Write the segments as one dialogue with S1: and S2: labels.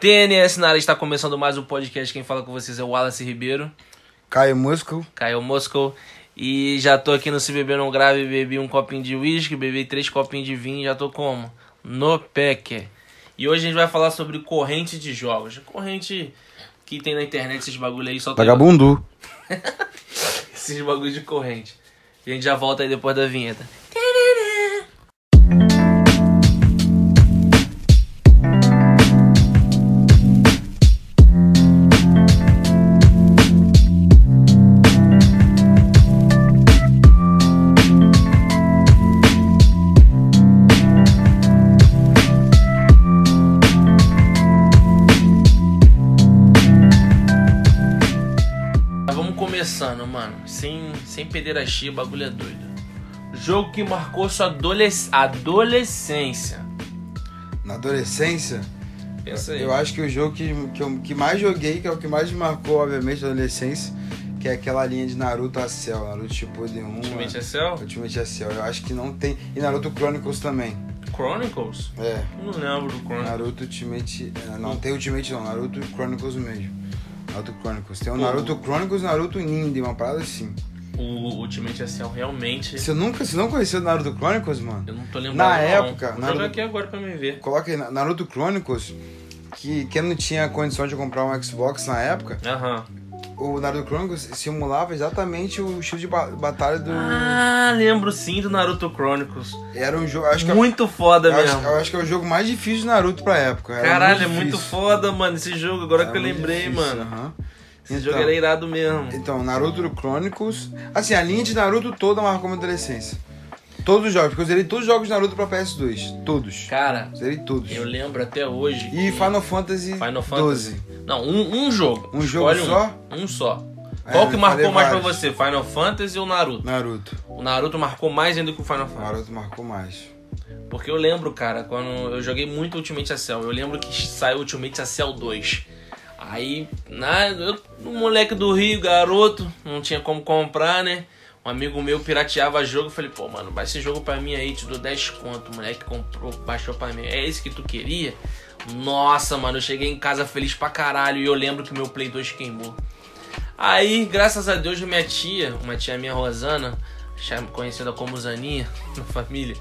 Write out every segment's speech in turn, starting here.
S1: TNS na área está começando mais um podcast. Quem fala com vocês é o Wallace Ribeiro,
S2: Caio é Musco.
S1: Caio Moscow. E já tô aqui no Se Beber Não Grave, bebi um copinho de uísque, bebi três copinhos de vinho e já tô como? No PEC. E hoje a gente vai falar sobre corrente de jogos. Corrente que tem na internet esses bagulho aí, só tem
S2: Vagabundu.
S1: esses bagulho de corrente. E a gente já volta aí depois da vinheta. Mas vamos começando, mano. Sem, sem perder a chia, o bagulho é doido. Jogo que marcou sua adolesc- adolescência.
S2: Na adolescência,
S1: Pensa aí.
S2: eu acho que o jogo que, que, eu, que mais joguei, que é o que mais me marcou, obviamente, na adolescência, que é aquela linha de Naruto a Cell, Naruto Shippuden 1,
S1: Ultimate SL?
S2: né? Ultimate a Cell. Eu acho que não tem... E Naruto Chronicles também.
S1: Chronicles?
S2: É,
S1: Não lembro do Chronicles.
S2: Naruto Ultimate... é, Não, tem Ultimate não, Naruto Chronicles mesmo. Naruto Chronicles. Tem o Naruto Chronicles, Naruto Ninja, uma parada assim.
S1: O Ultimate SL realmente.
S2: Você nunca, você não conheceu o Naruto Chronicles, mano?
S1: Eu não tô lembrando.
S2: Na
S1: não.
S2: época,
S1: Vou
S2: na
S1: jogar
S2: época-
S1: aqui agora pra me ver.
S2: Coloca aí Na- Naruto Chronicles, que quem não tinha condição de comprar um Xbox na época,
S1: Aham.
S2: o Naruto Chronicles simulava exatamente o estilo de ba- batalha do.
S1: Ah, lembro sim do Naruto Chronicles.
S2: Era um jogo. Acho que
S1: muito foda
S2: eu acho,
S1: mesmo.
S2: eu acho que é o jogo mais difícil de Naruto pra época. Era
S1: Caralho, é
S2: difícil.
S1: muito foda, mano, esse jogo. Agora
S2: Era
S1: que eu
S2: muito
S1: lembrei,
S2: difícil, né?
S1: mano.
S2: aham.
S1: Esse jogo era irado mesmo.
S2: Então, Naruto Chronicles. Assim, a linha de Naruto toda marcou minha adolescência. Todos os jogos, porque eu zerei todos os jogos de Naruto pra PS2. Todos.
S1: Cara,
S2: Zerei todos.
S1: eu lembro até hoje.
S2: E
S1: que-
S2: Final Fantasy
S1: Final
S2: 12.
S1: Fantasy. Não, um, um jogo.
S2: Um jogo
S1: Escolhe
S2: só?
S1: Um, um só.
S2: É,
S1: Qual que
S2: eu
S1: marcou
S2: falei
S1: mais pra
S2: vários.
S1: você? Final Fantasy ou Naruto?
S2: Naruto.
S1: O Naruto marcou mais ainda que o Final
S2: O
S1: Fantasy.
S2: Naruto marcou mais.
S1: Porque eu lembro, cara, quando eu joguei muito Ultimate Acel. Eu lembro que saiu Ultimate Acel 2. Aí, na, eu, um moleque do Rio, garoto, não tinha como comprar, né? Um amigo meu pirateava jogo. Eu falei, pô, mano, baixa esse jogo pra mim aí, te dou 10 conto. O moleque comprou, baixou pra mim. É esse que tu queria? Nossa, mano, eu cheguei em casa feliz pra caralho. E eu lembro que meu Play 2 queimou. Aí, graças a Deus, minha tia, uma tia minha, Rosana, cham- conhecida como Zaninha, na família.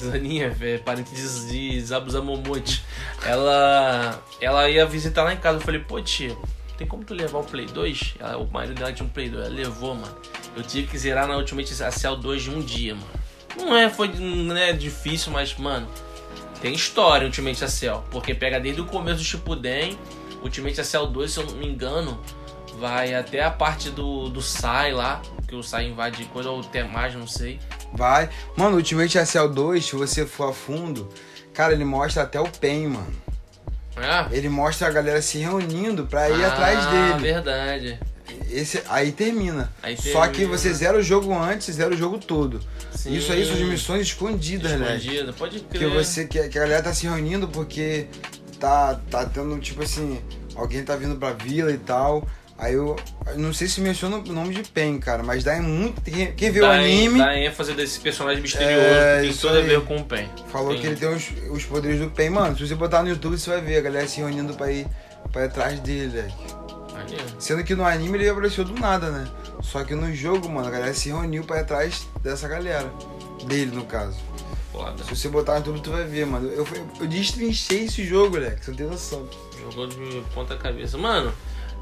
S1: Zaninha, é parente de, de Zabuzamomote. Ela, ela ia visitar lá em casa. Eu falei, pô, tia, tem como tu levar o Play 2? Ela- o marido dela tinha um Play 2. Ela levou, mano. Eu tive que zerar na Ultimate Cell 2 de um dia, mano. Não é, foi não é difícil, mas, mano, tem história Ultimate Cell. Porque pega desde o começo do Shippuden, Ultimate Cell 2, se eu não me engano, vai até a parte do, do Sai lá, que o Sai invade coisa, ou até mais, não sei.
S2: Vai. Mano, Ultimate SL 2, se você for a fundo, cara, ele mostra até o PEN, mano.
S1: É?
S2: Ele mostra a galera se reunindo pra ir
S1: Ah,
S2: atrás dele.
S1: verdade.
S2: Esse, aí termina.
S1: Aí
S2: Só que
S1: termina.
S2: você zera o jogo antes, zera o jogo todo.
S1: Sim.
S2: Isso aí são as missões escondidas, né?
S1: Escondido, pode
S2: Que,
S1: crer.
S2: você, que, que a galera tá se reunindo porque tá, tá tendo, tipo assim, alguém tá vindo pra vila e tal. Aí eu, eu não sei se menciona o nome de PEN, cara, mas dá em muito. Quem, quem vê o
S1: dá,
S2: anime.
S1: dá ênfase desse personagem misterioso
S2: É,
S1: que tem
S2: isso
S1: tudo a
S2: aí.
S1: ver com o Pen.
S2: Falou que ele tem os, os poderes do Pain. Mano, se você botar no YouTube, você vai ver a galera se reunindo pra ir, pra ir atrás dele. né?
S1: Maneiro.
S2: Sendo que no anime ele apareceu do nada, né? Só que no jogo, mano, a galera se reuniu pra ir atrás dessa galera. Dele, no caso.
S1: Foda.
S2: Se você botar no YouTube, tu vai ver, mano. Eu, eu, eu destrinchei esse jogo, moleque. Você não tem noção.
S1: Jogou de ponta cabeça. Mano,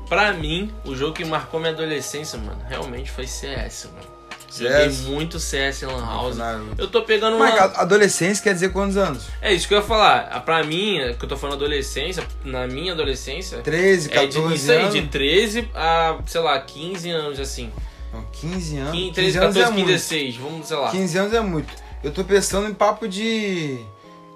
S1: pra mim, o jogo que marcou minha adolescência, mano, realmente foi CS, mano. Joguei
S2: CS?
S1: muito CS em Lan House.
S2: Naruto.
S1: Eu tô pegando uma...
S2: Mas a- adolescência quer dizer quantos anos?
S1: É isso que eu ia falar. Ah, Pra mim, que eu tô falando adolescência, na minha adolescência,
S2: 13,
S1: é
S2: 14
S1: de, isso aí,
S2: anos?
S1: de 13 a, sei lá, 15 anos, assim.
S2: Não, 15 anos.
S1: 15,
S2: 15,
S1: 13,
S2: anos
S1: 14, 15,
S2: é muito.
S1: 16, vamos, sei lá.
S2: 15 anos é muito. Eu tô pensando em papo de.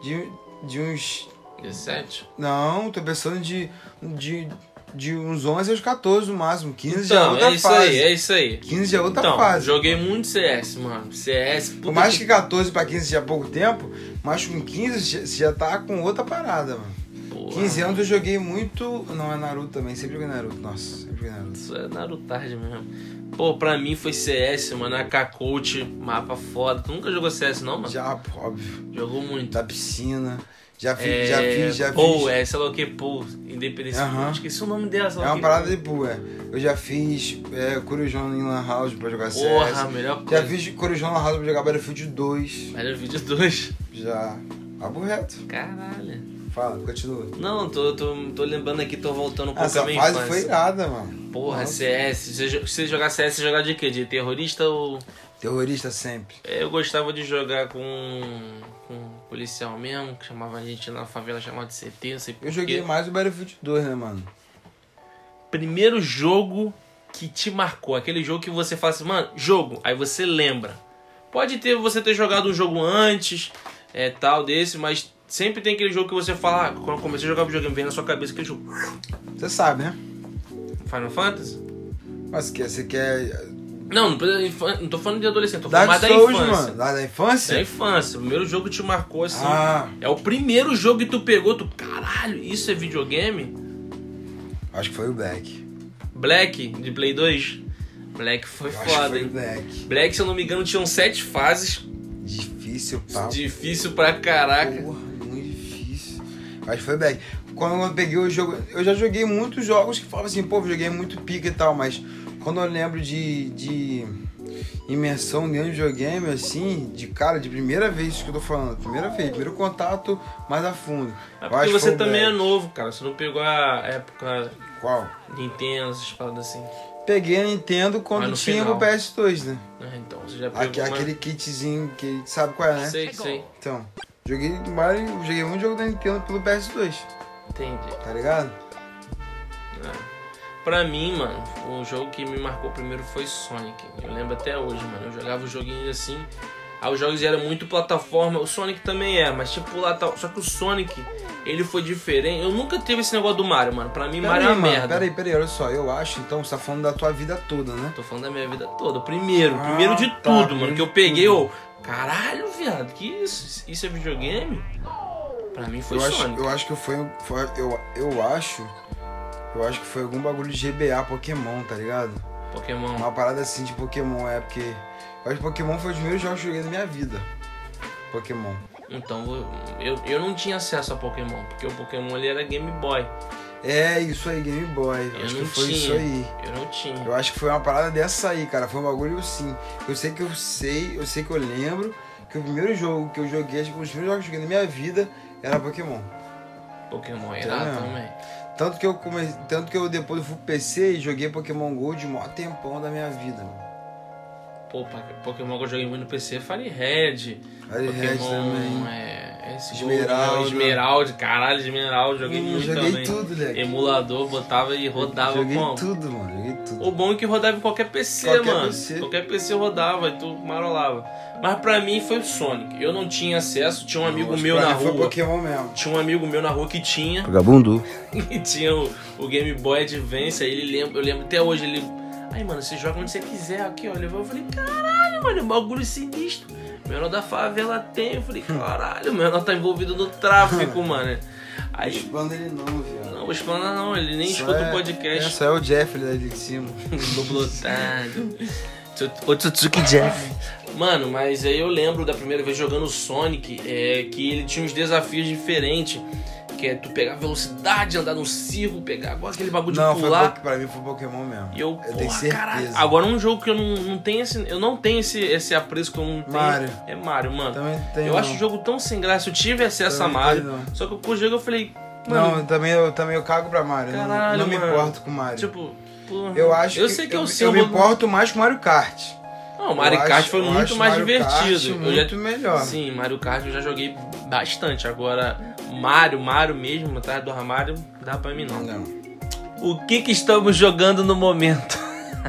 S2: de, de uns
S1: 17?
S2: Não, tô pensando de, de, de uns 11 aos 14 no máximo. 15 já é
S1: Então,
S2: outra
S1: é isso
S2: fase.
S1: aí, é isso aí.
S2: 15 já é outra
S1: então,
S2: fase.
S1: joguei muito CS, mano. CS, puta
S2: Por mais que 14 pra 15 já é pouco tempo, mas com 15 você já tá com outra parada, mano.
S1: Porra,
S2: 15 anos eu joguei muito. Não, é Naruto também, sempre joguei Naruto. Nossa, sempre joguei Naruto.
S1: Isso é Naruto tarde mesmo. Pô, pra mim foi CS, mano. AK Coach, mapa foda. Tu nunca jogou CS, não, mano?
S2: Já, pô, óbvio.
S1: Jogou muito.
S2: Da piscina. Já fiz, já fiz, já fiz.
S1: Pou, é, sei lá o que, Pou, Independência.
S2: Aham.
S1: Esqueci o nome dela, sei lá
S2: É
S1: o
S2: uma
S1: quê.
S2: parada de boa. é. Eu já fiz é, Corujão em Lan House pra jogar CS.
S1: Porra, a melhor
S2: é, já
S1: coisa.
S2: fiz Corujão em Lan House pra jogar Battlefield 2.
S1: Melhor vídeo 2.
S2: Já. Papo reto.
S1: Caralho.
S2: Fala, continua.
S1: Não, tô, tô, tô lembrando aqui, tô voltando um pouco
S2: Essa
S1: à minha
S2: fase
S1: infância.
S2: foi irada, mano.
S1: Porra,
S2: Nossa.
S1: CS. Se você- se você jogar CS, você jogar de quê? De terrorista ou.
S2: Terrorista sempre.
S1: É, Eu gostava de jogar com, com um policial mesmo, que chamava a gente na favela, chamava de CT, não sei por
S2: Eu joguei
S1: quê.
S2: mais o Battlefield 2, né, mano?
S1: Primeiro jogo que te marcou, aquele jogo que você fala assim, mano, jogo, aí você lembra. Pode ter você ter jogado um jogo antes, é tal desse, mas sempre tem aquele jogo que você fala, ah, quando eu comecei a jogar videogame, vem na sua cabeça aquele jogo.
S2: Você sabe, né?
S1: Final Fantasy?
S2: Mas que você quer.
S1: Não, não, precisa- infan- não tô falando de adolescente, tô falando
S2: Dark
S1: mais da
S2: Souls,
S1: infância.
S2: mano. Lá da infância?
S1: Da infância, o primeiro jogo que te marcou assim.
S2: Ah,
S1: É o primeiro jogo que tu pegou, tu, caralho, isso é videogame?
S2: acho que foi o Black.
S1: Black, de Play 2? Black foi
S2: Eu acho que
S1: foda,
S2: foi o
S1: hein?
S2: Black.
S1: Black, se eu não me engano, tinham sete fases.
S2: Difícil, pau.
S1: Difícil pra caraca. É
S2: Porra, muito difícil. Mas foi bem. Quando eu peguei o jogo, eu já joguei muitos jogos que falava assim, pô, joguei muito pica e tal, mas quando eu lembro de, de imersão dentro de videogame, assim, de cara, de primeira vez, isso que eu tô falando, primeira vez, primeiro contato mais a fundo.
S1: É
S2: Eu
S1: porque
S2: acho que foi um
S1: você
S2: o
S1: também é
S2: Black.
S1: novo, cara. Você não pegou a época
S2: Qual?
S1: Nintendo, essas paradas assim.
S2: Peguei a Nintendo
S1: Mas
S2: quando
S1: no
S2: tinha
S1: final.
S2: o PS2, né?
S1: Ah, Então, você já pegou
S2: Aque-
S1: uma-
S2: Aquele kitzinho que sabe qual é, né?
S1: Sei, sei.
S2: Então, joguei, Mario, joguei muito jogo da Nintendo pelo PS2,
S1: Entendi.
S2: tá ligado?
S1: É. Pra mim, mano, o jogo que me marcou primeiro foi Sonic. Eu lembro até hoje, mano. Eu jogava o joguinho assim. Aí os jogos eram muito plataforma. O Sonic também é, mas tipo lá tal. Só que o Sonic, ele foi diferente. Eu nunca teve esse negócio do Mario, mano. Pra mim, Mario é uma
S2: mano,
S1: merda.
S2: Peraí, peraí, olha só, eu acho, então, você tá falando da tua vida toda, né?
S1: Tô falando da minha vida toda. Primeiro,
S2: Ah,
S1: primeiro de
S2: tá,
S1: tudo, mano.
S2: primeiro
S1: Que eu
S2: de
S1: peguei,
S2: tudo.
S1: eu. Caralho, viado, que isso? Isso é videogame? Pra mim foi
S2: Eu acho,
S1: Sonic.
S2: eu acho que foi, um, foi eu, eu acho, eu acho que foi algum bagulho de GBA Pokémon, tá ligado?
S1: Pokémon.
S2: Uma parada assim de Pokémon, é, porque eu acho que Pokémon foi os primeiros jogos que eu joguei na minha vida. Pokémon.
S1: Então, eu, eu não tinha acesso a Pokémon, porque o Pokémon ele era Game Boy.
S2: É, isso aí, Game Boy.
S1: Eu
S2: acho
S1: não
S2: que foi
S1: tinha.
S2: isso aí.
S1: Eu não tinha.
S2: Eu acho que foi uma parada dessa aí, cara. Foi um bagulho sim. Eu sei que eu sei, eu sei que eu lembro que o primeiro jogo que eu joguei, acho que os primeiros jogos que eu joguei na minha vida era Pokémon.
S1: Pokémon era
S2: Tá mesmo.
S1: também.
S2: Tanto que eu comecei, tanto que eu depois fui pro PC e joguei Pokémon Gold de maior tempão da minha vida, mano.
S1: Pô, pa- Pokémon que eu joguei muito no PC, Fire Red.
S2: Fire Red
S1: Pokémon
S2: também.
S1: é. esse
S2: Esmeralda.
S1: Gold, Esmeralda, caralho, Esmeralda. Joguei
S2: Hum,
S1: muito
S2: joguei
S1: também.
S2: tudo, moleque.
S1: Emulador, botava e rodava
S2: joguei
S1: como?
S2: tudo, mano. Joguei tudo.
S1: O bom é que rodava em qualquer PC,
S2: Qualquer
S1: mano.
S2: PC.
S1: Qualquer PC rodava e tu marolava. Mas pra mim foi o Sonic. Eu não tinha acesso, tinha um amigo
S2: Acho que
S1: meu
S2: pra
S1: na
S2: mim foi
S1: rua.
S2: Pokémon mesmo.
S1: Tinha um amigo meu na rua que tinha,
S2: Vagabundo.
S1: que tinha o, o Game Boy Advance, aí ele lembra, eu lembro até hoje, ele. Aí, mano, você joga onde você quiser aqui, olha. Eu falei, caralho, mano, é um bagulho sinistro. Menor da favela tem, eu falei, caralho, o menor tá envolvido no tráfico, mano. Aí.
S2: Expanda ele não, viado.
S1: Não, vou explanar não, ele nem
S2: Só
S1: escuta
S2: é-
S1: o podcast.
S2: É, só é o Jeff ali de cima.
S1: Dublotado. Otsutsuki Jeff. Mano, mas aí eu lembro da primeira vez jogando Sonic, é, que ele tinha uns desafios diferentes. Que é tu pegar velocidade, andar no circo, pegar agora aquele bagulho
S2: Não,
S1: de
S2: foi
S1: pular.
S2: po- pra mim foi Pokémon mesmo.
S1: E eu,
S2: tenho
S1: porra,
S2: certeza.
S1: caralho. Agora um jogo que eu não, não tenho esse. Eu não tenho esse, esse apreço que eu não tenho.
S2: Mario.
S1: É Mario, mano.
S2: Também tenho.
S1: eu acho o jogo tão sem graça. Eu tive acesso
S2: Também
S1: a Mario.
S2: tem, não.
S1: Só que com o jogo eu falei, mano,
S2: Não, eu também, eu também eu cago pra Mario. eu não-
S1: Caralho,
S2: não, me
S1: mano.
S2: importo com Mario.
S1: tipo. porra.
S2: eu acho
S1: Eu
S2: que-
S1: sei que é
S2: eu,
S1: o seu
S2: eu me
S1: vou-
S2: importo mais com Mario Kart.
S1: Não, o Mario
S2: Eu
S1: Kart
S2: acho-
S1: foi
S2: eu
S1: muito
S2: acho
S1: mais
S2: Mario Kart
S1: divertido. eu
S2: muito melhor.
S1: Sim, Mario Kart eu já joguei bastante. Agora, Mario, Mario mesmo, atrás do armário, dá pra mim não.
S2: Não.
S1: O que que estamos jogando no momento?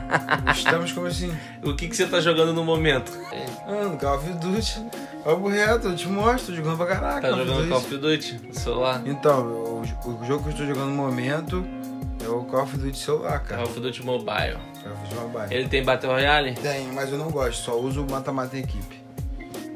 S2: Estamos como assim?
S1: O que que você tá jogando no momento?
S2: Mano, Call of Duty. Papo reto, eu te mostro, tô jogando pra caraca.
S1: Tá
S2: Call of
S1: jogando
S2: Duty.
S1: Call of Duty no celular?
S2: Então, eu- o, jogo que eu estou jogando no momento é o Call of Duty celular,
S1: Call
S2: cara.
S1: of Duty Mobile.
S2: Call of Duty Mobile.
S1: Ele tem Battle Royale?
S2: Tem, mas eu não gosto, só uso o mata-mata em equipe.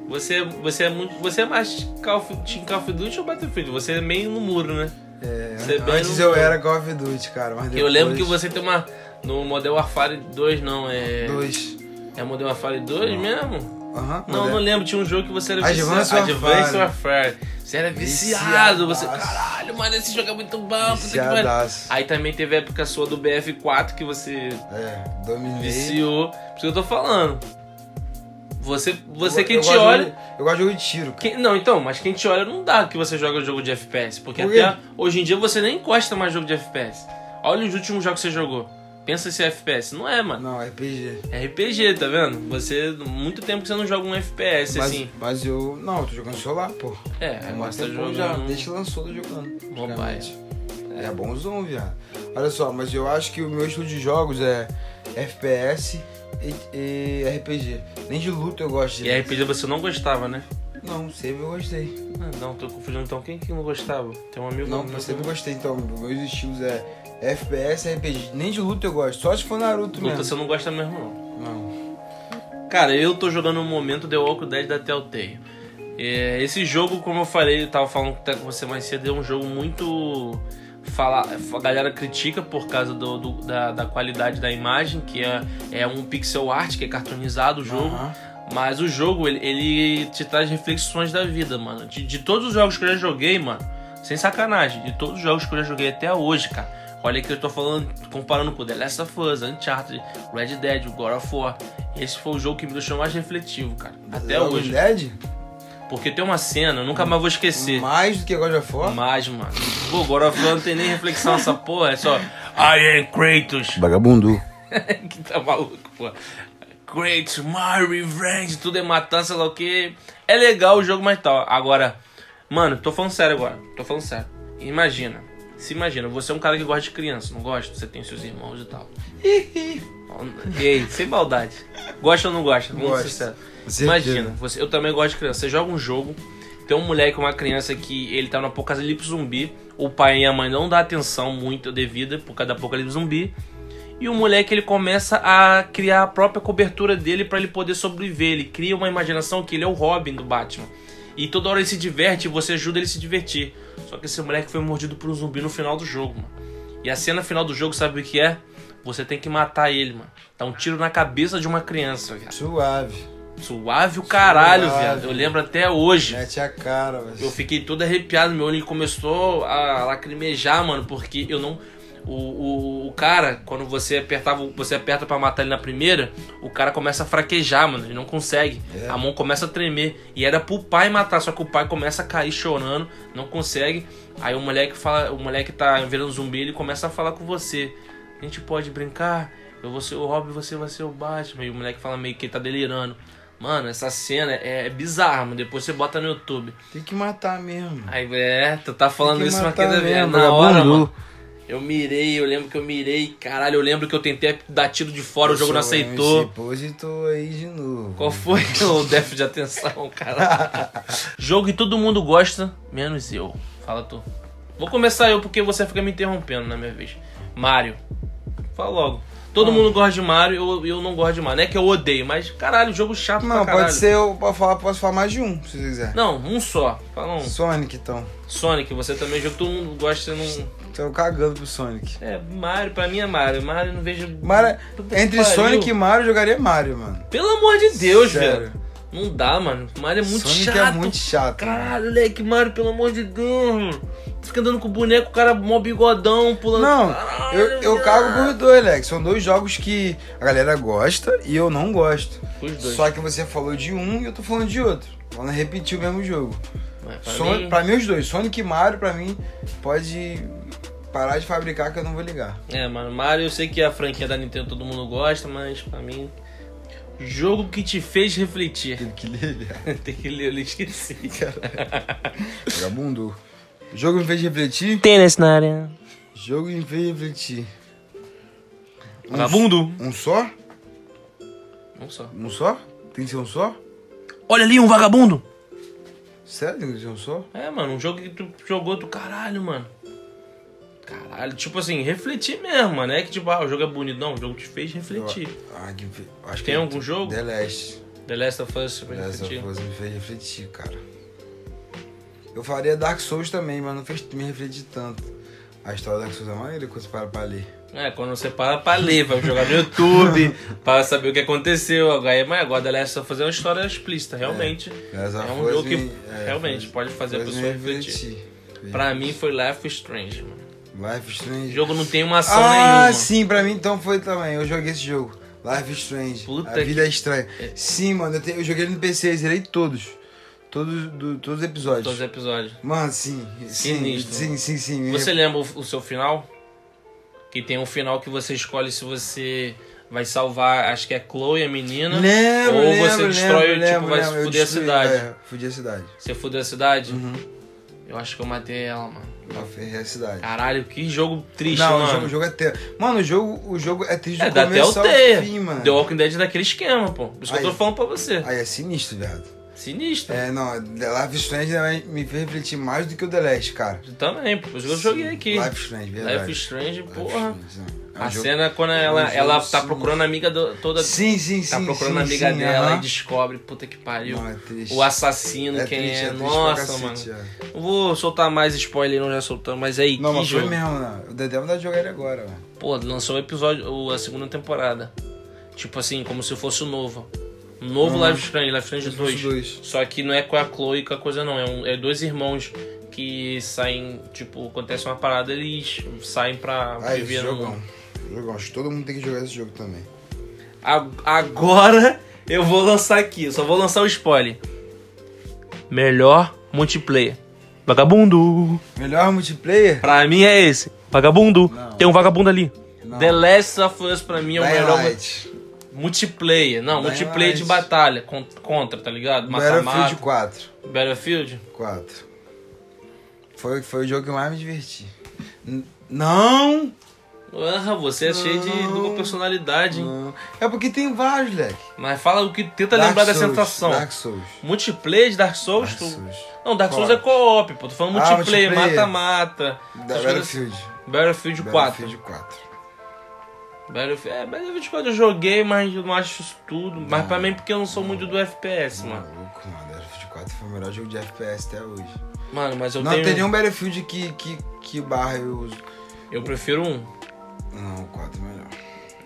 S1: Você, você é muito. Você é mais Call of, Team Call of Duty ou Battlefield? Você é meio no muro, né?
S2: É,
S1: Você é bem
S2: antes
S1: no-
S2: eu era Call of Duty, cara, mas depois...
S1: Eu lembro que você tem uma. No Model Warfare 2 não, é.
S2: Dois.
S1: É Model Warfare 2 mesmo?
S2: Aham,
S1: Não,
S2: Modern-
S1: não lembro. Tinha um jogo que você era
S2: Advanced
S1: viciado. Advanced
S2: Warfare.
S1: Warfare. Você era
S2: Viciadaço.
S1: viciado. Você, caralho, mano, esse jogo é muito bom. puta que pariu.
S2: Viciadaço.
S1: Aí também teve a época sua do BF4 que você
S2: É, dominei.
S1: viciou. Por isso que eu tô falando. Você, você
S2: Eu-
S1: quem
S2: eu
S1: te
S2: gosto de
S1: olha.
S2: jogo- eu gosto de jogo de tiro, cara.
S1: Quem- não, então, mas quem te olha não dá que você joga jogo de FPS. Porque
S2: Por quê?
S1: até hoje em dia você nem encosta mais jogo de FPS. Olha os últimos jogos que você jogou. Pensa se é FPS. Não é, mano.
S2: Não, RPG.
S1: É RPG, tá vendo? Você, muito tempo que você não joga um FPS
S2: Mas,
S1: assim.
S2: mas eu. Não, eu tô jogando celular, pô.
S1: É, agora
S2: mas
S1: você tá jogando.
S2: já. Desde que lançou, tô jogando.
S1: Mobile.
S2: praticamente. É. bonzão, viado. Olha só, mas eu acho que o meu estilo de jogos é FPS e, e RPG. Nem de luta eu gosto de.
S1: E RPG você não gostava, né?
S2: Não, sempre eu gostei.
S1: Ah, Não, tô confundindo então. Quem que não gostava? Tem um amigo
S2: Não,
S1: meu
S2: mas
S1: que
S2: sempre eu gostei. Então, meus estilos é FPS e RPG. Nem de luta eu gosto. Só se for Naruto
S1: Luta,
S2: mesmo.
S1: você não gosta mesmo, não.
S2: Não.
S1: Cara, eu tô jogando no momento The Walking Dead da Telltale. É, esse jogo, como eu falei, eu tava falando até com você mais cedo, é um jogo muito. Fala, a galera critica por causa do, do- da, da qualidade da imagem, que é, é um pixel art, que é cartoonizado o jogo.
S2: Aham.
S1: Mas o jogo, ele, ele te traz reflexões da vida, mano. De, de todos os jogos que eu já joguei, mano, sem sacanagem, de todos os jogos que eu já joguei até hoje, cara. Olha que eu tô falando, comparando com The Last of Us, Uncharted, Red Dead, God of War. Esse foi o jogo que me deixou mais refletivo, cara. Até
S2: Love
S1: hoje.
S2: Dead?
S1: Porque tem uma cena, eu nunca mais vou esquecer.
S2: Mais do que God of War?
S1: Mas, mano. Pô, God of War não tem nem reflexão essa porra, é só. I am Kratos.
S2: Vagabundo.
S1: que tá maluco, pô. Great, my revenge, tudo é matança, sei lá o que. É legal o jogo, mas tal. Agora, mano, tô falando sério agora. Tô falando sério. Imagina. Se imagina, você é um cara que gosta de criança, não gosta? Você tem seus irmãos e tal. e aí, sem maldade. Gosta ou não gosta? Vamos
S2: Gosto.
S1: ser sinceros.
S2: Com certeza.
S1: Imagina, você, eu também gosto de criança. Você joga um jogo, tem um moleque, uma criança que ele tá no apocalipse zumbi, o pai e a mãe não dá atenção muito devida por causa do apocalipse zumbi. E o moleque ele começa a criar a própria cobertura dele pra ele poder sobreviver. Ele cria uma imaginação que ele é o Robin do Batman. E toda hora ele se diverte e você ajuda ele a se divertir. Só que esse moleque foi mordido por um zumbi no final do jogo, mano. E a cena final do jogo, sabe o que é? Você tem que matar ele, mano. Dá um tiro na cabeça de uma criança, viado.
S2: Suave.
S1: Suave o caralho,
S2: Suave.
S1: viado. Eu lembro até hoje.
S2: Mete a cara, velho.
S1: Eu fiquei todo arrepiado, meu olho começou a lacrimejar, mano, porque eu não. O, o, o cara, quando você apertava, você aperta pra matar ele na primeira, o cara começa a fraquejar, mano. Ele não consegue.
S2: É.
S1: A mão começa a tremer. E era pro pai matar, só que o pai começa a cair chorando, não consegue. Aí o moleque fala, o moleque tá virando zumbi, ele começa a falar com você. A gente pode brincar? Eu vou ser o Robin, você vai ser o Batman. E o moleque fala meio que ele tá delirando. Mano, essa cena é, é bizarra, mano. Depois você bota no YouTube.
S2: Tem que matar mesmo.
S1: Aí, é, tu tá falando
S2: Tem que
S1: isso, mas que
S2: matar
S1: é
S2: mesmo,
S1: na hora,
S2: vagabundo.
S1: mano. Eu mirei, eu lembro que eu mirei, caralho, eu lembro que eu tentei dar tiro de fora, o jogo não
S2: Sou
S1: aceitou.
S2: MC Posito aí de novo.
S1: Qual foi o déficit de atenção, cara? jogo que todo mundo gosta, menos eu. Fala tu. Vou começar eu porque você fica me interrompendo na minha vez. Mario. Fala logo. Todo mundo gosta de Mario, eu, eu não gosto de Mario. Não é que eu odeio, mas caralho, jogo chato pra
S2: Não,
S1: caralho.
S2: pode ser, eu posso falar, posso falar mais de um, se você quiser.
S1: Não, um só. Fala um.
S2: Sonic, então.
S1: Sonic, você também, jogo que todo mundo gosta, você não...
S2: Tô cagando pro Sonic.
S1: É, Mario, pra mim é Mario. Mario eu não vejo.
S2: Mara,
S1: Puta que
S2: entre
S1: pariu.
S2: Sonic e Mario, eu jogaria Mario, mano.
S1: Pelo amor de Deus,
S2: Sério.
S1: velho. Não dá, mano. Mario é muito
S2: Sonic
S1: chato.
S2: é muito chato. mano.
S1: Caralho, moleque, Mario, pelo amor de Deus. mano. Tu Fica andando com o boneco, o cara mó bigodão, pulando.
S2: Não,
S1: Caralho,
S2: eu, eu
S1: viado.
S2: cago por dois, Alex. São dois jogos que a galera gosta e eu não gosto.
S1: Os dois.
S2: Só que você falou de um e eu tô falando de outro. Vamos repetir o mesmo jogo.
S1: Mas pra
S2: Sonic,
S1: mim-
S2: pra mim, os dois. Sonic e Mario, pra mim, pode parar de fabricar que eu não vou ligar.
S1: É, mano, Mario eu sei que é a franquia da Nintendo todo mundo gosta, mas pra mim. Jogo que te fez refletir.
S2: Tive que ligar.
S1: Tem que ler, eu li, esqueci, cara.
S2: Vagabundo. O jogo me fez refletir.
S1: Tênis na área.
S2: O jogo me fez refletir. Um-
S1: Vagabundo.
S2: Um só?
S1: Um só.
S2: Um só? Tem que ser um só?
S1: Olha ali um vagabundo!
S2: Sério, tem que ser um só?
S1: É, mano, um jogo que tu jogou do caralho, mano. Caralho, tipo assim, refletir mesmo, mano. É que tipo, ah, o jogo é bonito. Não, o jogo te fez refletir.
S2: Eu- ah, que me fe- acho
S1: Tem
S2: que-
S1: algum jogo?
S2: The Last.
S1: The Last of Us te fez
S2: Essa
S1: refletir.
S2: coisa me fez refletir, cara. Eu faria Dark Souls também, mas não fez me refletir tanto. A história da Xuxa é maneira quando você para pra ler.
S1: É, quando você para pra ler, vai jogar no YouTube, pra saber o que aconteceu. Agora, é- mas agora The Last of Us é uma história explícita, realmente.
S2: Mas a
S1: É um
S2: coisa
S1: jogo que
S2: me- é,
S1: realmente pode fazer a
S2: coisa
S1: pessoa
S2: me
S1: refletir.
S2: refletir.
S1: Pra mim foi Life is Strange, mano.
S2: Life is
S1: O
S2: Strange.
S1: jogo não tem uma ação
S2: ah,
S1: nenhuma.
S2: sim, pra mim então foi também. Eu joguei esse jogo. Life is Strange.
S1: Puta
S2: a
S1: que-
S2: vida é estranha. Sim, mano, eu, te- eu joguei ele no PC, eu zerei todos. Todos, do- todos os episódios.
S1: Todos os episódios.
S2: Mano, sim. Sim,
S1: Sinistro.
S2: sim, sim, sim.
S1: Você lembra o, o seu final? Que tem um final que você escolhe se você vai salvar, acho que é Chloe, a menina.
S2: Lembro,
S1: Ou você
S2: lembro,
S1: destrói,
S2: lembro,
S1: tipo,
S2: lembro,
S1: vai
S2: lembro. Eu
S1: fuder a
S2: destruí,
S1: cidade.
S2: É, fudir a cidade.
S1: Você fudeu a cidade?
S2: Uhum.
S1: Eu acho que eu matei ela, mano.
S2: Eu ferrei a cidade.
S1: Caralho, que jogo triste,
S2: não, o
S1: Ah, mano.
S2: jogo, o jogo é ter... Mano, o jogo, o jogo é triste
S1: É,
S2: do
S1: dá até o
S2: começo ao fim,
S1: T.
S2: mano.
S1: The Walking Dead é daquele esquema, pô. Por isso que eu
S2: Aí.
S1: tô falando pra você.
S2: Aí é sinistro, viado.
S1: Sinistro.
S2: É, não, The Life is Strange né, me fez refletir mais do que o The Last, cara.
S1: Eu Também, pô. Por isso que eu joguei aqui.
S2: Life is Strange, verdade.
S1: Life is Strange,
S2: Life is
S1: porra.
S2: Strange, né? É um
S1: A
S2: jogo-
S1: cena quando
S2: um
S1: ela,
S2: jogo
S1: ela tá
S2: sinistro.
S1: procurando a amiga do- toda.
S2: Sim, sim, sim.
S1: Tá procurando
S2: sim,
S1: a amiga
S2: sim,
S1: dela
S2: aham.
S1: e descobre, puta que pariu.
S2: Não, é triste.
S1: O assassino,
S2: É
S1: quem
S2: triste,
S1: é.
S2: é triste pra
S1: Nossa, mano.
S2: cacete, é.
S1: Não vou soltar mais spoiler, não já soltamos, mas é aí,
S2: Não,
S1: que
S2: mas foi
S1: jogo.
S2: mesmo, né? O Dedé vai jogar ele agora, mano.
S1: Pô, lançou o episódio, o- a segunda temporada. Tipo assim, como se fosse o novo. Um Novo
S2: Uhum.
S1: Life is Strange, Life is
S2: Como se
S1: Strange
S2: fosse
S1: 2.
S2: dois.
S1: Só que não é com a Chloe e com a coisa, não. É, um- é dois irmãos que saem, tipo, acontece uma parada, eles saem pra
S2: Aí,
S1: viver no.
S2: Ah, jogão.
S1: um.
S2: Jogão, acho que todo mundo tem que jogar esse jogo também.
S1: A- Agora eu vou lançar aqui, eu só vou lançar o spoiler. Melhor multiplayer. Vagabundo!
S2: Melhor multiplayer?
S1: Pra mim é esse. Vagabundo.
S2: Não.
S1: Tem um vagabundo ali.
S2: Não.
S1: The Last of Us pra mim é o melhor mu-
S2: Daylight.
S1: multiplayer. Não,
S2: Daylight.
S1: multiplayer de batalha. con- Contra, tá ligado? Mata-mata.
S2: Battlefield 4.
S1: Battlefield?
S2: 4. Foi, foi o jogo que eu mais me diverti. N- não!
S1: Ah, você é cheio de
S2: Não.
S1: dupla personalidade, hein?
S2: Não. É porque tem vários, leque.
S1: Mas fala o que tenta
S2: Dark
S1: lembrar Tá da
S2: Souls,
S1: sensação.
S2: Dark Souls.
S1: Multiplayer de Dark Souls,
S2: Dark
S1: tu-
S2: Souls.
S1: Não, Dark Souls
S2: Co-op.
S1: é co-op, pô. Tô falando
S2: Ah,
S1: multiplayer,
S2: multiplayer.
S1: mata-mata.
S2: Da
S1: essas coisas-
S2: Battlefield.
S1: Battlefield 4.
S2: Battlefield 4.
S1: Battlefield, é, Battlefield 4 eu joguei, mas eu não acho isso tudo. Mas pra mim, porque eu não sou muito do FPS, mano.
S2: Maluco, mano. Battlefield 4 foi o melhor jogo de FPS até hoje.
S1: Mano, mas eu
S2: não
S1: tenho.
S2: tem nenhum Battlefield que, que, que barra eu uso.
S1: Eu prefiro um.
S2: Não, o 4 é melhor.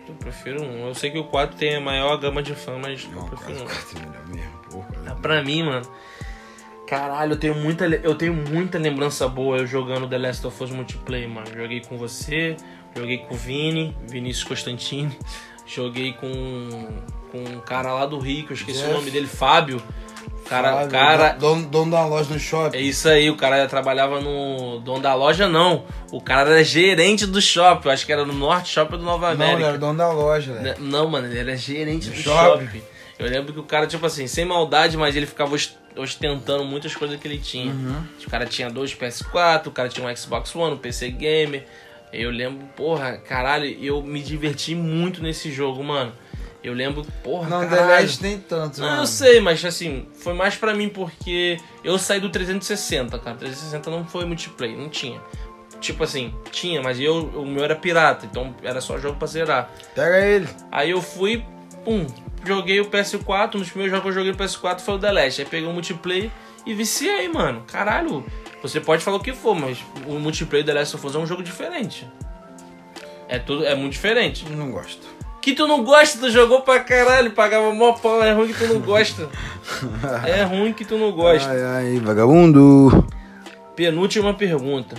S1: Eu prefiro um. Eu sei que o 4 tem a maior gama de fã, mas eu
S2: Não, o 4
S1: prefiro um.
S2: é melhor mesmo, porra.
S1: Ah, Pra mim, mano. Caralho, eu tenho muita, le- eu tenho muita lembrança boa eu jogando The Last of Us Multiplayer, mano. Joguei com você, joguei com o Vini, Vinícius Constantino, joguei com, com um cara lá do Rio, que eu esqueci o
S2: Jeff.
S1: nome dele, Fábio. Cara,
S2: Fábio,
S1: cara,
S2: Dono, dono da loja no shopping.
S1: É isso aí, o cara trabalhava no dono da loja, não. O cara era gerente do shopping, eu acho que era no Norte Shopping do Nova
S2: não, ele
S1: América.
S2: era dono da loja, né?
S1: Né? Não, mano, ele era gerente
S2: Do
S1: do shopping.
S2: shopping.
S1: Eu lembro que o cara, tipo assim, sem maldade, mas ele ficava os- ostentando muitas coisas que ele tinha.
S2: Uhum.
S1: O cara tinha dois PS4, o cara tinha um Xbox One, um PC Gamer. Eu lembro, porra, caralho, eu me diverti muito nesse jogo, mano. Eu lembro, porra,
S2: Não, The
S1: caralho.
S2: Last nem tanto,
S1: Não,
S2: mano.
S1: eu sei, mas assim, foi mais pra mim porque eu saí do 360, cara. 360 não foi multiplayer, não tinha. Tipo assim, tinha, mas eu, o meu era pirata, então era só jogo pra zerar.
S2: Pega ele.
S1: Aí eu fui, pum, joguei o PS4, um dos primeiros jogos que eu joguei no PS4 foi o The Last. Aí peguei o multiplayer e viciei, mano. Caralho, você pode falar o que for, mas o multiplayer do The Last of Us é um jogo diferente. É tudo, é muito diferente.
S2: Não gosto.
S1: Que tu não gosta, tu jogou pra caralho, pagava mó pau, é ruim que tu não gosta. É ruim que tu não gosta.
S2: Ai, ai, vagabundo.
S1: Penúltima pergunta.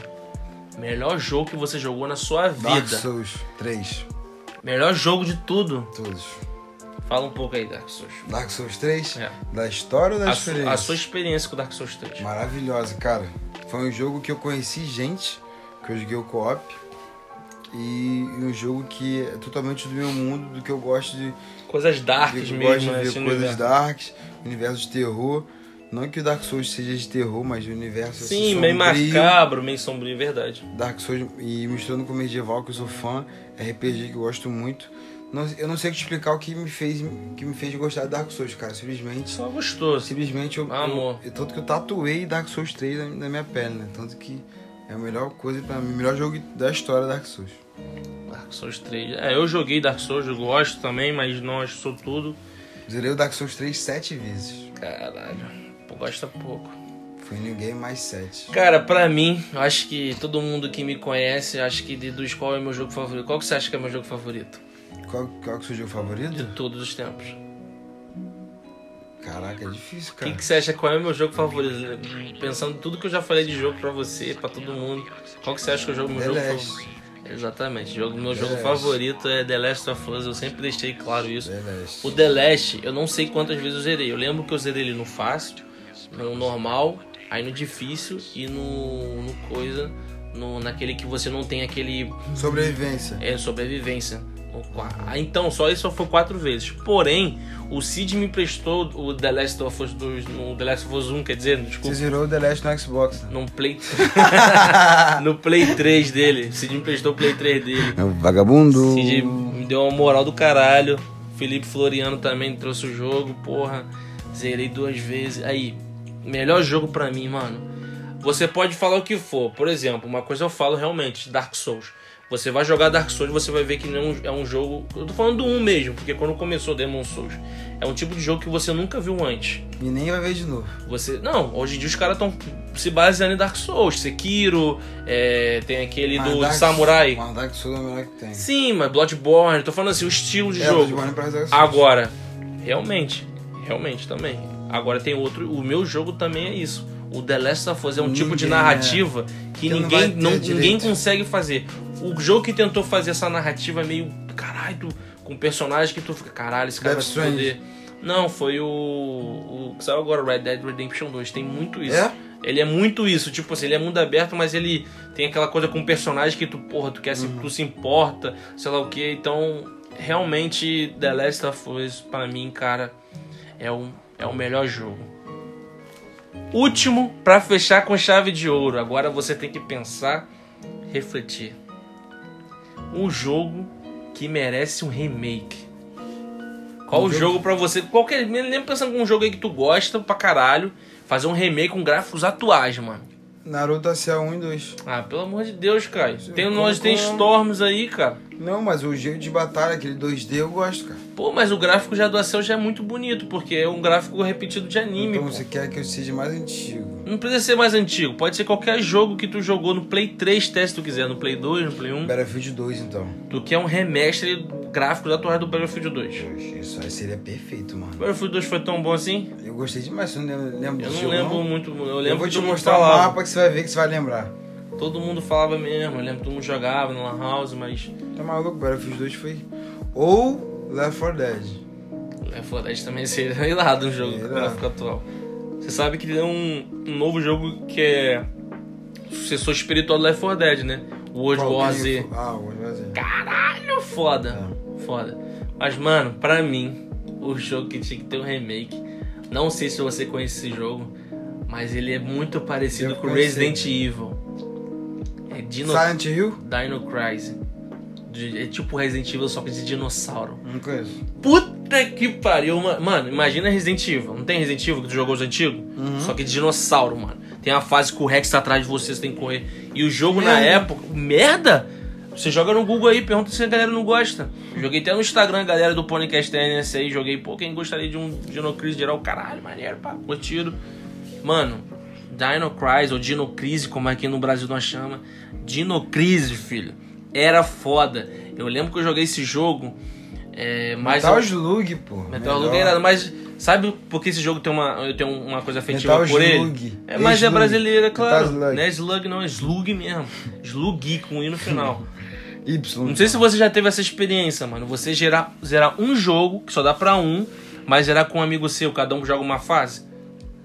S1: Melhor jogo que você jogou na sua
S2: Dark
S1: vida.
S2: Souls 3.
S1: Melhor jogo de tudo.
S2: Todos.
S1: Fala um pouco aí, Dark Souls.
S2: Dark Souls 3?
S1: É.
S2: Da história ou da
S1: A, su-
S2: experiência?
S1: a sua experiência com Dark Souls 3.
S2: Maravilhosa, cara. Foi um jogo que eu conheci gente, que eu joguei o co-op. E um jogo que é totalmente do meu mundo, do que eu gosto de,
S1: Coisas darks
S2: que eu
S1: mesmo,
S2: gosto de
S1: né,
S2: ver.
S1: esse
S2: Coisas
S1: universo.
S2: darks, universo de terror. Não que o Dark Souls seja de terror, mas o universo
S1: Sim,
S2: assim,
S1: meio
S2: sombrio.
S1: macabro, meio sombrio, é verdade.
S2: Dark Souls e misturando com medieval, que eu sou fã, RPG que eu gosto muito. Não- eu não sei te explicar o que me fez, que me fez gostar de Dark Souls, cara. Simplesmente,
S1: Só assim, gostoso.
S2: simplesmente eu,
S1: Amor.
S2: eu- tanto que eu tatuei Dark Souls 3 na, na minha pele, né? Tanto que é a melhor coisa pra mim, o melhor jogo da história Dark Souls.
S1: Dark Souls 3. É, eu joguei Dark Souls, eu gosto também, mas não acho isso tudo.
S2: Zerei o Dark Souls 3 sete vezes.
S1: Caralho, pô, gosta pouco.
S2: Foi New Game mais 7.
S1: Cara, pra mim, eu acho que todo mundo que me conhece, eu acho que de- dos qual é meu jogo favorito. Qual que você acha que é meu jogo favorito?
S2: Qual, qual que é o seu jogo
S1: De
S2: favorito?
S1: todos os tempos.
S2: Caraca, é difícil,
S1: O que,
S2: cara.
S1: que você acha? Qual é o meu jogo favorito? Pensando em tudo que eu já falei de jogo pra você, pra todo mundo. Qual que você acha que é o jogo, meu
S2: The
S1: jogo
S2: Last.
S1: favorito? Exatamente. Jogo, meu
S2: The
S1: jogo
S2: Last.
S1: favorito é The Last of Us. Eu sempre deixei claro isso.
S2: Beleza.
S1: O The Last, eu não sei quantas vezes eu zerei. Eu lembro que eu zerei ele no fácil, no normal, aí no difícil e no, no coisa, no, naquele que você não tem aquele
S2: Sobrevivência.
S1: é, sobrevivência. O qua- Ah, Então, só isso foi quatro vezes. Porém, o Cid me prestou o The Last of Us 2, no The Last of Us 1, quer dizer,
S2: Você
S1: desculpa,
S2: zerou o The Last no Xbox, né?
S1: no Play, no Play 3 dele. O Cid me prestou o Play 3 dele.
S2: É um vagabundo.
S1: Cid me deu uma moral do caralho. Felipe Floriano também trouxe o jogo, porra. Zerei duas vezes. Aí, melhor jogo pra mim, mano. Você pode falar o que for. Por exemplo, uma coisa eu falo realmente, Dark Souls. Você vai jogar Dark Souls, você vai ver que não é um jogo. Eu tô falando do 1 mesmo, porque quando começou Demon Souls, é um tipo de jogo que você nunca viu antes.
S2: E nem vai ver de novo.
S1: Você. Não, hoje em dia os caras estão se baseando em Dark Souls, Sekiro, é, tem aquele
S2: Mas
S1: do
S2: Dark-
S1: Samurai.
S2: Mas Dark Souls é o melhor que tem.
S1: Sim, mas Bloodborne, tô falando assim, o estilo de
S2: É,
S1: jogo.
S2: Bloodborne parece Dark Souls.
S1: Agora, realmente, realmente também. Agora tem outro, o meu jogo também é isso. O The Last of Us é um tipo de
S2: Ninguém,
S1: narrativa que
S2: Que não
S1: ninguém,
S2: vai ter
S1: não ninguém
S2: direito.
S1: consegue fazer. O jogo que tentou fazer essa narrativa é meio caralho, com personagem que tu fica, caralho, esse cara
S2: Death
S1: vai se
S2: Stranding.
S1: fuder. Não, foi o, o que saiu agora, Red Dead Redemption 2. Tem muito isso.
S2: É?
S1: Ele é muito isso, tipo assim, ele é mundo aberto, mas ele tem aquela coisa com o personagem que tu, porra, tu quer, se, tu se importa, sei lá o que. Então, realmente, The Last of Us, pra mim, cara, é o, é o melhor jogo. Último, pra fechar com chave de ouro. Agora você tem que pensar, refletir. Um jogo que merece um remake. Qual
S2: Um
S1: o jogo,
S2: jogo-
S1: pra você? Qualquer. me Lembra pensando com um jogo aí que tu gosta pra caralho. Fazer um remake com gráficos atuais, mano.
S2: Naruto ACA 1 e 2.
S1: Ah, pelo amor de Deus, cara.
S2: Sim,
S1: Tem,
S2: como-
S1: nós tem
S2: como- é?
S1: Storms aí, cara.
S2: Não, mas o jeito de batalha, aquele 2D, eu gosto, cara.
S1: Pô, mas o gráfico já do Acel já é muito bonito, porque é um gráfico repetido de anime,
S2: então
S1: pô.
S2: você quer que eu seja mais antigo.
S1: Não precisa ser mais antigo, pode ser qualquer jogo que tu jogou no Play 3, até se tu quiser, no Play 2, no Play 1.
S2: Battlefield 2, então.
S1: Tu quer um remestre gráfico da atual do Battlefield 2.
S2: Isso aí seria perfeito, mano.
S1: Battlefield 2 foi tão bom assim?
S2: Eu gostei demais, você não lembra, lembra
S1: Eu
S2: do
S1: não
S2: jogo,
S1: lembro muito, eu lembro
S2: Eu vou
S1: que
S2: te
S1: todo mundo
S2: mostrar o
S1: falava.
S2: mapa que você vai ver que você vai lembrar.
S1: Todo mundo falava mesmo, eu lembro que todo mundo jogava no Lan House, mas
S2: Tá maluco? Battlefield 2 foi... Ou Left 4 Dead.
S1: Left 4 Dead é também seria irado um jogo do
S2: Irado.
S1: gráfico atual. Você sabe que tem um, um novo jogo que é sucessor espiritual do Left 4 Dead, né? World
S2: Qual
S1: War
S2: que-
S1: Z.
S2: Ah, World War Z. Tá.
S1: Caralho, foda. Foda. Mas, mano, pra mim, o jogo que tinha que ter um remake, não sei se você conhece esse jogo, mas ele é muito parecido
S2: Devo
S1: com
S2: conhecer.
S1: Resident Evil. É Dino,
S2: Silent Hill?
S1: Dino Crisis. De- É tipo Resident Evil, só que de dinossauro.
S2: Não conheço.
S1: Puta que pariu, ma- mano. Imagina Resident Evil. Não tem Resident Evil que tu jogou os antigos? Só que de dinossauro, mano. Tem a fase que o Rex tá atrás de você, você tem que correr. E o jogo na
S2: Merda.
S1: época. Merda! Você joga no Google aí, pergunta se a galera não gosta. Joguei até no Instagram, a galera do Podcast TNS aí, joguei, pô, quem gostaria de um Dinocris geral, caralho, maneiro, pá, curtido. Mano, Dino Crisis, ou Dino Crise, como aqui no Brasil nós chama. Dino Crise, filho. Era foda. Eu lembro que eu joguei esse jogo. É, mais
S2: Metal Slug, pô.
S1: Metal Slug é irado, mas sabe por que esse jogo tem uma, eu tenho uma coisa afetiva
S2: Metal
S1: por ele?
S2: Slug.
S1: É, mas é
S2: Slug.
S1: brasileira,
S2: Metal
S1: claro.
S2: Slug.
S1: Não é slug, não, é slug mesmo. Slug com i no final.
S2: Y.
S1: Não sei se você já teve essa experiência, mano. Você gerar, zerar um jogo, que só dá pra um, mas zerar com um amigo seu, cada um joga uma fase.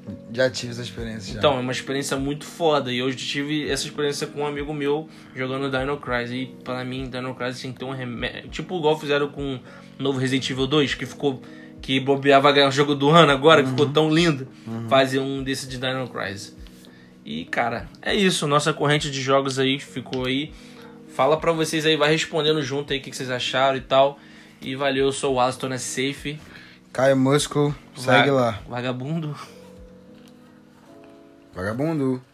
S2: então. Já tive essa experiência. já.
S1: Então, é uma experiência muito foda. E hoje eu tive essa experiência com um amigo meu jogando Dino Crisis. E pra mim, Dino Crisis tem que ter um remédio. Tipo igual fizeram com o novo Resident Evil 2, que ficou. Que bobeava ganhar o jogo do ano agora, que ficou tão lindo. Fazer um desse de Dino Crisis. E, cara, é isso. Nossa corrente de jogos aí que ficou aí. Fala pra vocês aí, vai respondendo junto aí o que que vocês acharam e tal. E valeu, eu sou o Wallace, tô na Safe.
S2: Caio Muscle,
S1: Vai-
S2: segue lá.
S1: Vagabundo.
S2: Vagabundo.